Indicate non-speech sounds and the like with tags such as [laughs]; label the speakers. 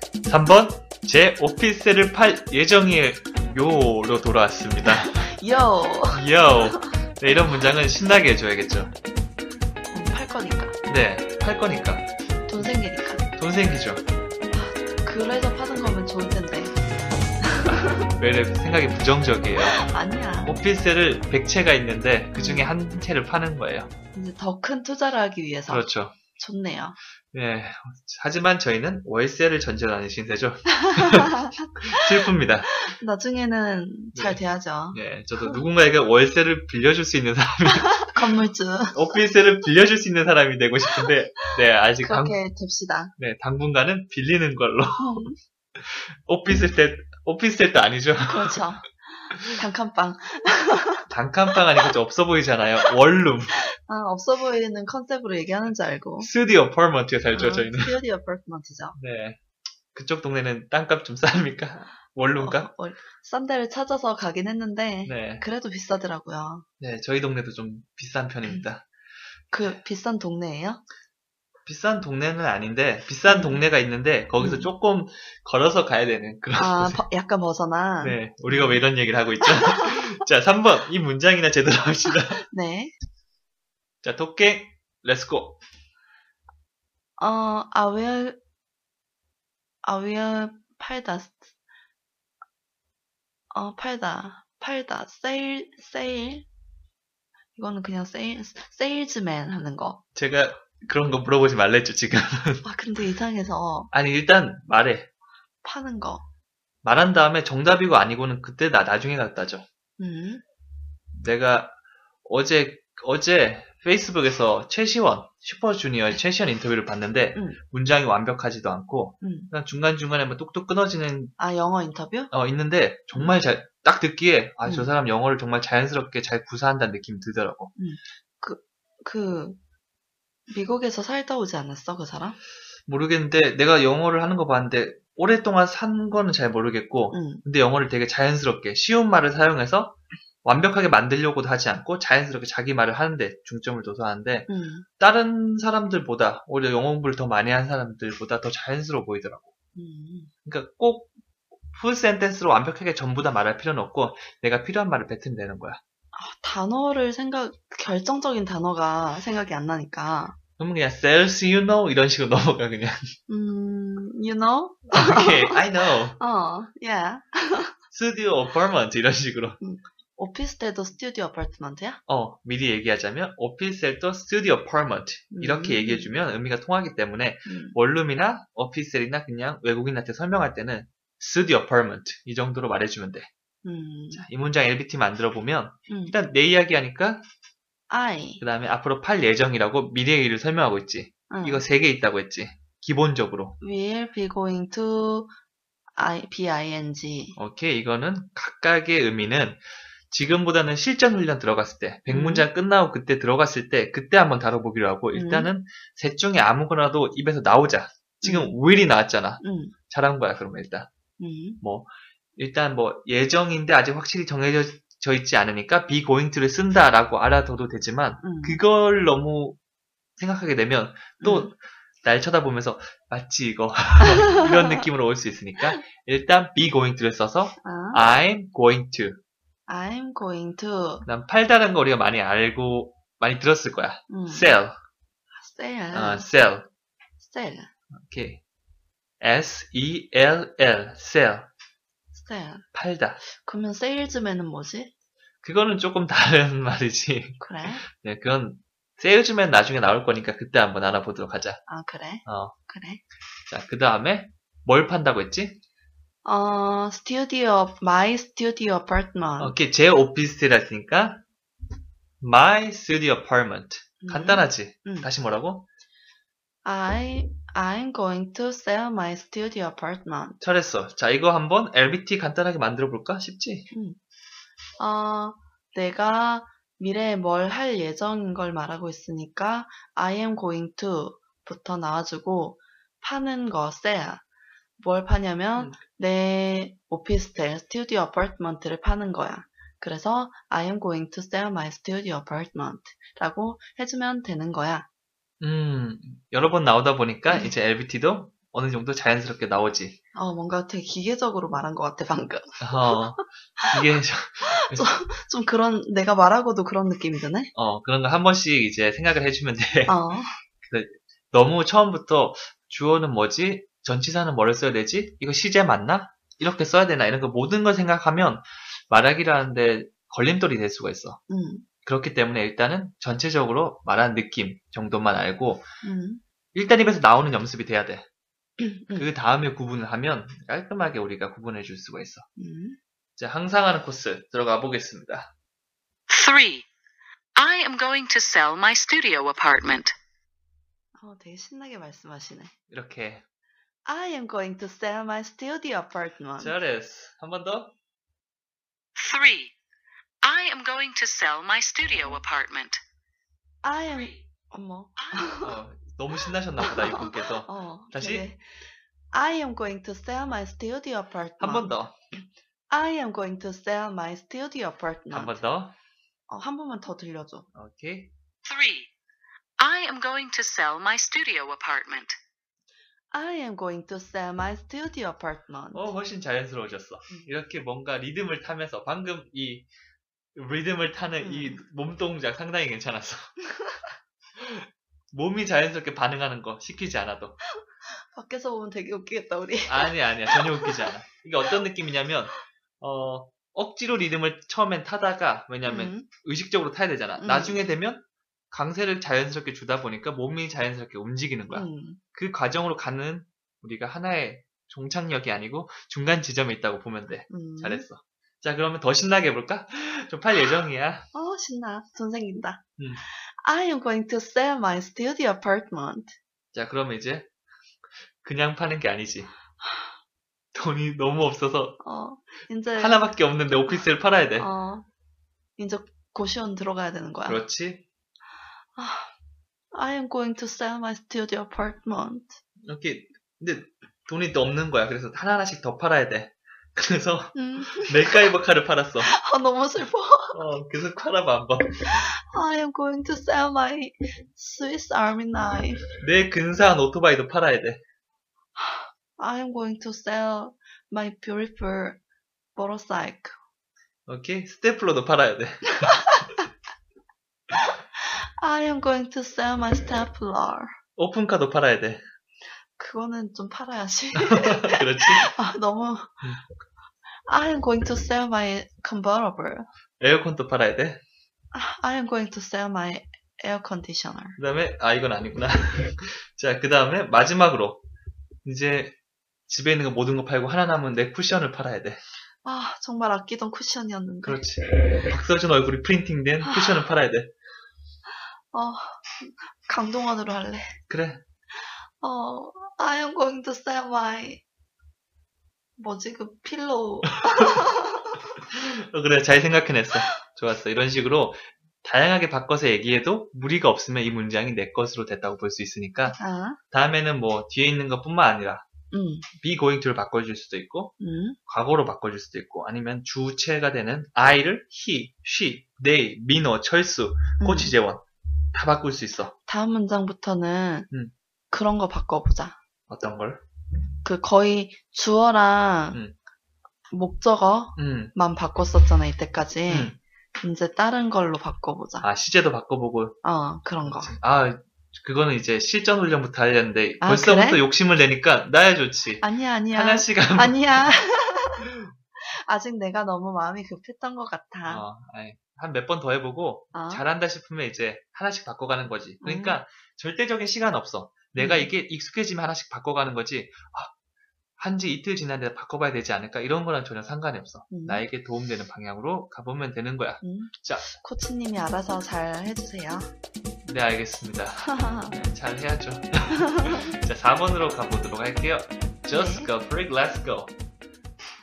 Speaker 1: 3번 제 오피스를 팔 예정이에요로 돌아왔습니다.
Speaker 2: 요.
Speaker 1: 요. 네, 이런 문장은 신나게 해줘야겠죠.
Speaker 2: 음, 팔 거니까.
Speaker 1: 네, 팔 거니까
Speaker 2: 돈 생기니까.
Speaker 1: 돈 생기죠.
Speaker 2: 그래서 파는 거면 좋을 텐데.
Speaker 1: 왜 이렇게 생각이 부정적이에요?
Speaker 2: 아니야.
Speaker 1: 오피스를 100채가 있는데 그 중에 한 채를 파는 거예요.
Speaker 2: 이제 더 큰 투자를 하기 위해서.
Speaker 1: 그렇죠.
Speaker 2: 좋네요.
Speaker 1: 네. 하지만 저희는 월세를 전제로 하는
Speaker 2: [laughs]
Speaker 1: 신세죠. 슬픕니다.
Speaker 2: 나중에는 잘
Speaker 1: 네.
Speaker 2: 돼야죠.
Speaker 1: 네, 저도 누군가에게 월세를 빌려줄 수 있는 사람,
Speaker 2: 건물주.
Speaker 1: 오피스를 빌려줄 수 있는 사람이 되고 싶은데, 네, 아직 당,
Speaker 2: 그렇게 됩시다.
Speaker 1: 네, 당분간은 빌리는 걸로.
Speaker 2: 음.
Speaker 1: [laughs] 오피스 때, 오피스 때도 아니죠. [laughs]
Speaker 2: 그렇죠. 단칸방.
Speaker 1: 단칸방 아니고 좀 없어 보이잖아요. 원룸.
Speaker 2: 아, 없어 보이는 컨셉으로 얘기하는 줄 알고.
Speaker 1: 스튜디오 퍼먼트에 살죠,
Speaker 2: 아,
Speaker 1: 저희는.
Speaker 2: 스튜디오 어퍼트먼트죠.
Speaker 1: 네. 그쪽 동네는 땅값 좀 쌉니까? 원룸값?
Speaker 2: 어, 어, 싼 데를 찾아서 가긴 했는데
Speaker 1: 그러니까? 네.
Speaker 2: 그래도 비싸더라고요.
Speaker 1: 네, 저희 동네도 좀 비싼 편입니다.
Speaker 2: 그 비싼 동네예요?
Speaker 1: 비싼 동네는 아닌데, 비싼 동네가 있는데, 거기서
Speaker 2: 음.
Speaker 1: 조금 걸어서 가야 되는 그런. [laughs]
Speaker 2: 아, 버- 약간 벗어난. 네.
Speaker 1: 네, 우리가 왜 이런 얘기를 하고 있죠? [laughs] 자, 3번. 이 문장이나 제대로 합시다.
Speaker 2: 네.
Speaker 1: 자, 토끼, 렛츠고.
Speaker 2: 어, I will, I will 팔다, 어, 팔다, 팔다, 세일, 세일. 이거는 그냥 세일, 세일즈맨 하는 거.
Speaker 1: 제가 그런 거 물어보지 말랬죠, 지금.
Speaker 2: 아, 근데 이상해서
Speaker 1: 아니, 일단 말해.
Speaker 2: 파는 거.
Speaker 1: 말한 다음에 정답이고 아니고는 그때 나 나중에 갖다 줘.
Speaker 2: 음,
Speaker 1: 내가 어제 어제 페이스북에서 최시원 슈퍼주니어의 최시원 인터뷰를 봤는데
Speaker 2: 음.
Speaker 1: 문장이 완벽하지도 않고
Speaker 2: 음.
Speaker 1: 중간 중간에 뭐 뚝뚝 끊어지는
Speaker 2: 아, 영어 인터뷰?
Speaker 1: 어 있는데 정말 잘 딱 듣기에 아 저
Speaker 2: 음.
Speaker 1: 사람 영어를 정말 자연스럽게 잘 구사한다는 느낌이 들더라고.
Speaker 2: 그, 미국에서 살다 오지 않았어, 그 사람?
Speaker 1: 모르겠는데 내가 영어를 하는 거 봤는데 오랫동안 산 거는 잘 모르겠고
Speaker 2: 응.
Speaker 1: 근데 영어를 되게 자연스럽게 쉬운 말을 사용해서 완벽하게 만들려고도 하지 않고 자연스럽게 자기 말을 하는데 중점을 둬서 하는데
Speaker 2: 응.
Speaker 1: 다른 사람들보다 오히려 영어 공부를 더 많이 한 사람들보다 더 자연스러워 보이더라고.
Speaker 2: 응.
Speaker 1: 그러니까 꼭 풀센텐스로 완벽하게 전부 다 말할 필요는 없고 내가 필요한 말을 뱉으면 되는 거야.
Speaker 2: 단어를 생각, 결정적인 단어가 생각이 안 나니까.
Speaker 1: 그러면 그냥 sales you know 이런 식으로 [laughs] 넘어가 그냥.
Speaker 2: 음, you know?
Speaker 1: 오케이, I know.
Speaker 2: 어, yeah.
Speaker 1: 스튜디오 어퍼먼트 이런 식으로.
Speaker 2: 오피스텔도 스튜디오 아파트먼트야?
Speaker 1: 어, 미리 얘기하자면 오피셀도 스튜디오 어퍼먼트 이렇게
Speaker 2: 음.
Speaker 1: 얘기해 주면 의미가 통하기 때문에
Speaker 2: 음.
Speaker 1: 원룸이나 오피셀이나 그냥 외국인한테 설명할 때는 스튜디오 어퍼먼트 이 정도로 말해 주면 돼.
Speaker 2: 음.
Speaker 1: 자, 이 문장 LBT 만들어 보면
Speaker 2: 음.
Speaker 1: 일단 내 이야기 하니까
Speaker 2: I.
Speaker 1: 그 다음에 앞으로 팔 예정이라고 미래의 일을 설명하고 있지.
Speaker 2: 응.
Speaker 1: 이거 세 개 있다고 했지. 기본적으로.
Speaker 2: We'll be going to I, B-I-N-G.
Speaker 1: 오케이. 이거는 각각의 의미는 지금보다는 실전 훈련 들어갔을 때, 백문장 끝나고 그때 들어갔을 때, 그때 한번 다뤄보기로 하고,
Speaker 2: 음.
Speaker 1: 일단은 셋 중에 아무거나도 입에서 나오자. 지금
Speaker 2: 음.
Speaker 1: will이 나왔잖아.
Speaker 2: 음.
Speaker 1: 잘한 거야, 그러면 일단.
Speaker 2: 음.
Speaker 1: 일단 뭐 예정인데 아직 확실히 정해져 있지 않으니까 be going to를 쓴다라고 알아둬도 되지만,
Speaker 2: 음.
Speaker 1: 그걸 너무 생각하게 되면 또
Speaker 2: 음.
Speaker 1: 날 쳐다보면서 마치 이거 [laughs] 이런 느낌으로 올 수 있으니까 일단 be going to를 써서
Speaker 2: 아,
Speaker 1: I'm going to
Speaker 2: I'm going to.
Speaker 1: 난 팔다는 거 우리가 많이 알고 많이 들었을 거야
Speaker 2: 음. 아.
Speaker 1: sell
Speaker 2: Sell.
Speaker 1: 어, sell
Speaker 2: Sell.
Speaker 1: 오케이 S E L L sell
Speaker 2: Sell.
Speaker 1: 팔다
Speaker 2: 그러면 세일즈맨은 뭐지?
Speaker 1: 그거는 조금 다른 [laughs] 말이지
Speaker 2: 그래?
Speaker 1: 네 그건 세일즈맨 나중에 나올 거니까 그때 한번 알아보도록 하자
Speaker 2: 아, 그래?
Speaker 1: 어.
Speaker 2: 그래?
Speaker 1: 자그 다음에 뭘 판다고 했지
Speaker 2: 어, 스튜디오, my studio apartment.
Speaker 1: 오케이 제 오피스텔 했으니까 my studio apartment
Speaker 2: 음.
Speaker 1: 간단하지
Speaker 2: 음.
Speaker 1: 다시 뭐라고
Speaker 2: I, I'm going to sell my studio apartment.
Speaker 1: 잘했어 자 이거 한번 LBT 간단하게 만들어 볼까 쉽지
Speaker 2: 어, 내가 미래에 뭘 할 예정인 걸 말하고 있으니까 I am going to 부터 나와주고 파는 거 sell. 뭘 파냐면
Speaker 1: 음.
Speaker 2: 내 오피스텔, 스튜디오 아파트먼트를 파는 거야. 그래서 I am going to sell my studio apartment 라고 해주면 되는 거야.
Speaker 1: 음 여러 번 나오다 보니까
Speaker 2: 음.
Speaker 1: 이제 LBT도 어느 정도 자연스럽게 나오지.
Speaker 2: 어, 뭔가 되게 기계적으로 말한 것 같아, 방금. [laughs]
Speaker 1: 어, 이게
Speaker 2: 좀 그런, 내가 말하고도 그런 느낌이 드네?
Speaker 1: 어, 그런 거 한 번씩 이제 생각을 해주면 돼.
Speaker 2: 어,
Speaker 1: 너무 처음부터 주어는 뭐지? 전치사는 뭐를 써야 되지? 이거 시제 맞나? 이렇게 써야 되나? 이런 거 모든 걸 생각하면 말하기라는데 걸림돌이 될 수가 있어.
Speaker 2: 음,
Speaker 1: 그렇기 때문에 일단은 전체적으로 말하는 느낌 정도만 알고
Speaker 2: 음,
Speaker 1: 일단 입에서 나오는 연습이 돼야 돼.
Speaker 2: 음,
Speaker 1: 그 다음에 구분을 하면 깔끔하게 우리가 구분해 줄 수가 있어.
Speaker 2: 음.
Speaker 1: 자, 항상 하는 코스 들어가 보겠습니다.
Speaker 3: 3. I am going to sell my studio apartment.
Speaker 2: 어, 되게 신나게 말씀하시네.
Speaker 1: 이렇게.
Speaker 2: I am going to sell my studio apartment.
Speaker 1: 잘했어. 한 번 더.
Speaker 3: 3. I am going to sell my studio apartment.
Speaker 2: I am, 어머,
Speaker 1: 어, 너무 신나셨나 보다, 이분께서.
Speaker 2: [laughs] 어,
Speaker 1: 다시?
Speaker 2: 되게 I am going to sell my studio apartment.
Speaker 1: 한 번 더.
Speaker 2: I am going to sell my studio apartment.
Speaker 1: 한 번 더.
Speaker 2: 어, 한 번만 더 들려줘.
Speaker 1: 오케이.
Speaker 3: 3. I am going to sell my studio apartment.
Speaker 2: I am going to sell my studio apartment.
Speaker 1: 어, 훨씬 자연스러워졌어.
Speaker 2: 음.
Speaker 1: 이렇게 뭔가 리듬을 타면서 방금 이 리듬을 타는 이
Speaker 2: 음.
Speaker 1: 몸동작 상당히 괜찮았어. [laughs] 몸이 자연스럽게 반응하는 거 시키지 않아도.
Speaker 2: 밖에서 보면 되게 웃기겠다 우리.
Speaker 1: 아니 아니야 전혀 웃기지 않아. 이게 어떤 느낌이냐면 어 억지로 리듬을 처음엔 타다가 왜냐면
Speaker 2: 음,
Speaker 1: 의식적으로 타야 되잖아.
Speaker 2: 음.
Speaker 1: 나중에 되면 강세를 자연스럽게 주다 보니까 몸이 자연스럽게 움직이는 거야.
Speaker 2: 음,
Speaker 1: 그 과정으로 가는 우리가 하나의 종착역이 아니고 중간 지점에 있다고 보면 돼.
Speaker 2: 음.
Speaker 1: 잘했어. 자 그러면 더 신나게 해볼까? [gasps] 좀 팔 예정이야.
Speaker 2: 어 신나. 돈 생긴다.
Speaker 1: 음.
Speaker 2: I am going to sell my studio apartment.
Speaker 1: 자 그러면 이제 그냥 파는 게 아니지. [sighs] 돈이 너무 없어서
Speaker 2: 어 이제
Speaker 1: 하나밖에 없는데 오피스를 팔아야 돼.
Speaker 2: 어 이제 고시원 들어가야 되는 거야.
Speaker 1: 네. 그렇지?
Speaker 2: I am going to sell my studio apartment.
Speaker 1: 이렇게 근데 돈이 또 없는 거야. 그래서 하나하나씩 더 팔아야 돼. [laughs] 그래서
Speaker 2: 음,
Speaker 1: 맥가이버 칼을 팔았어.
Speaker 2: 아 너무 슬퍼.
Speaker 1: 어, 계속 팔아봐 한번.
Speaker 2: I am going to sell my Swiss Army knife.
Speaker 1: 내 근사한 오토바이도 팔아야 돼.
Speaker 2: I am going to sell my beautiful motorcycle.
Speaker 1: 오케이? 스테플러도 팔아야 돼.
Speaker 2: I am going to sell my stapler.
Speaker 1: 오픈카도 팔아야 돼. [laughs]
Speaker 2: 그거는 좀 팔아야지.
Speaker 1: 그렇지?
Speaker 2: 아, 너무. I am going to sell my convertible.
Speaker 1: 에어컨도 팔아야 돼.
Speaker 2: I am going to sell my air conditioner.
Speaker 1: 그 다음에, 아, 이건 아니구나. [laughs] 자, 그 다음에 마지막으로. 이제 집에 있는 거 모든 거 팔고 하나 남은 내 쿠션을 팔아야 돼.
Speaker 2: 아, 정말 아끼던 쿠션이었는데.
Speaker 1: 그렇지. 박서준 얼굴이 프린팅된 쿠션을 팔아야 돼.
Speaker 2: 강동원으로 할래.
Speaker 1: 그래.
Speaker 2: 어, I am going to sell my. 뭐지, 그 필로우.
Speaker 1: 어, 그래. 잘 생각해냈어. 좋았어. 이런 식으로 다양하게 바꿔서 얘기해도 무리가 없으면 이 문장이 내 것으로 됐다고 볼 수 있으니까
Speaker 2: 아,
Speaker 1: 다음에는 뭐 뒤에 있는 것뿐만 아니라
Speaker 2: 음,
Speaker 1: be going to를 바꿔줄 수도 있고
Speaker 2: 음,
Speaker 1: 과거로 바꿔줄 수도 있고 아니면 주체가 되는 I를 he, she, they, 민호, 철수,
Speaker 2: 음.
Speaker 1: 꼬치재원 다 바꿀 수 있어.
Speaker 2: 다음 문장부터는
Speaker 1: 음.
Speaker 2: 그런 거 바꿔보자.
Speaker 1: 어떤 걸?
Speaker 2: 그 거의 주어랑
Speaker 1: 음.
Speaker 2: 목적어만
Speaker 1: 음,
Speaker 2: 바꿨었잖아, 이때까지.
Speaker 1: 음.
Speaker 2: 이제 다른 걸로 바꿔보자.
Speaker 1: 아 시제도 바꿔보고.
Speaker 2: 어, 그런 거.
Speaker 1: 아 그거는 이제 실전 훈련부터 하려는데
Speaker 2: 아,
Speaker 1: 벌써부터
Speaker 2: 그래?
Speaker 1: 욕심을 내니까 나야 좋지.
Speaker 2: 아니야, 아니야.
Speaker 1: 하나씩 하면. [laughs]
Speaker 2: 아니야. 아직 내가 너무 마음이 급했던 것 같아.
Speaker 1: 한 몇 번 더 해보고
Speaker 2: 어,
Speaker 1: 어, 잘한다 싶으면 이제 하나씩 바꿔가는 거지. 그러니까 절대적인 시간 없어. 내가
Speaker 2: 음.
Speaker 1: 이게 익숙해지면 하나씩 바꿔가는 거지. 아, 한지 이틀 지났는데 바꿔봐야 되지 않을까? 이런 거랑 전혀 상관이 없어.
Speaker 2: 음.
Speaker 1: 나에게 도움되는 방향으로 가보면 되는 거야.
Speaker 2: 음.
Speaker 1: 자.
Speaker 2: 코치님이 알아서 잘 해주세요. [laughs]
Speaker 1: 네, 알겠습니다. 네, [laughs] 잘 해야죠. 자, 4번으로 가보도록 할게요. Just
Speaker 2: 네.
Speaker 1: go, freak, let's go.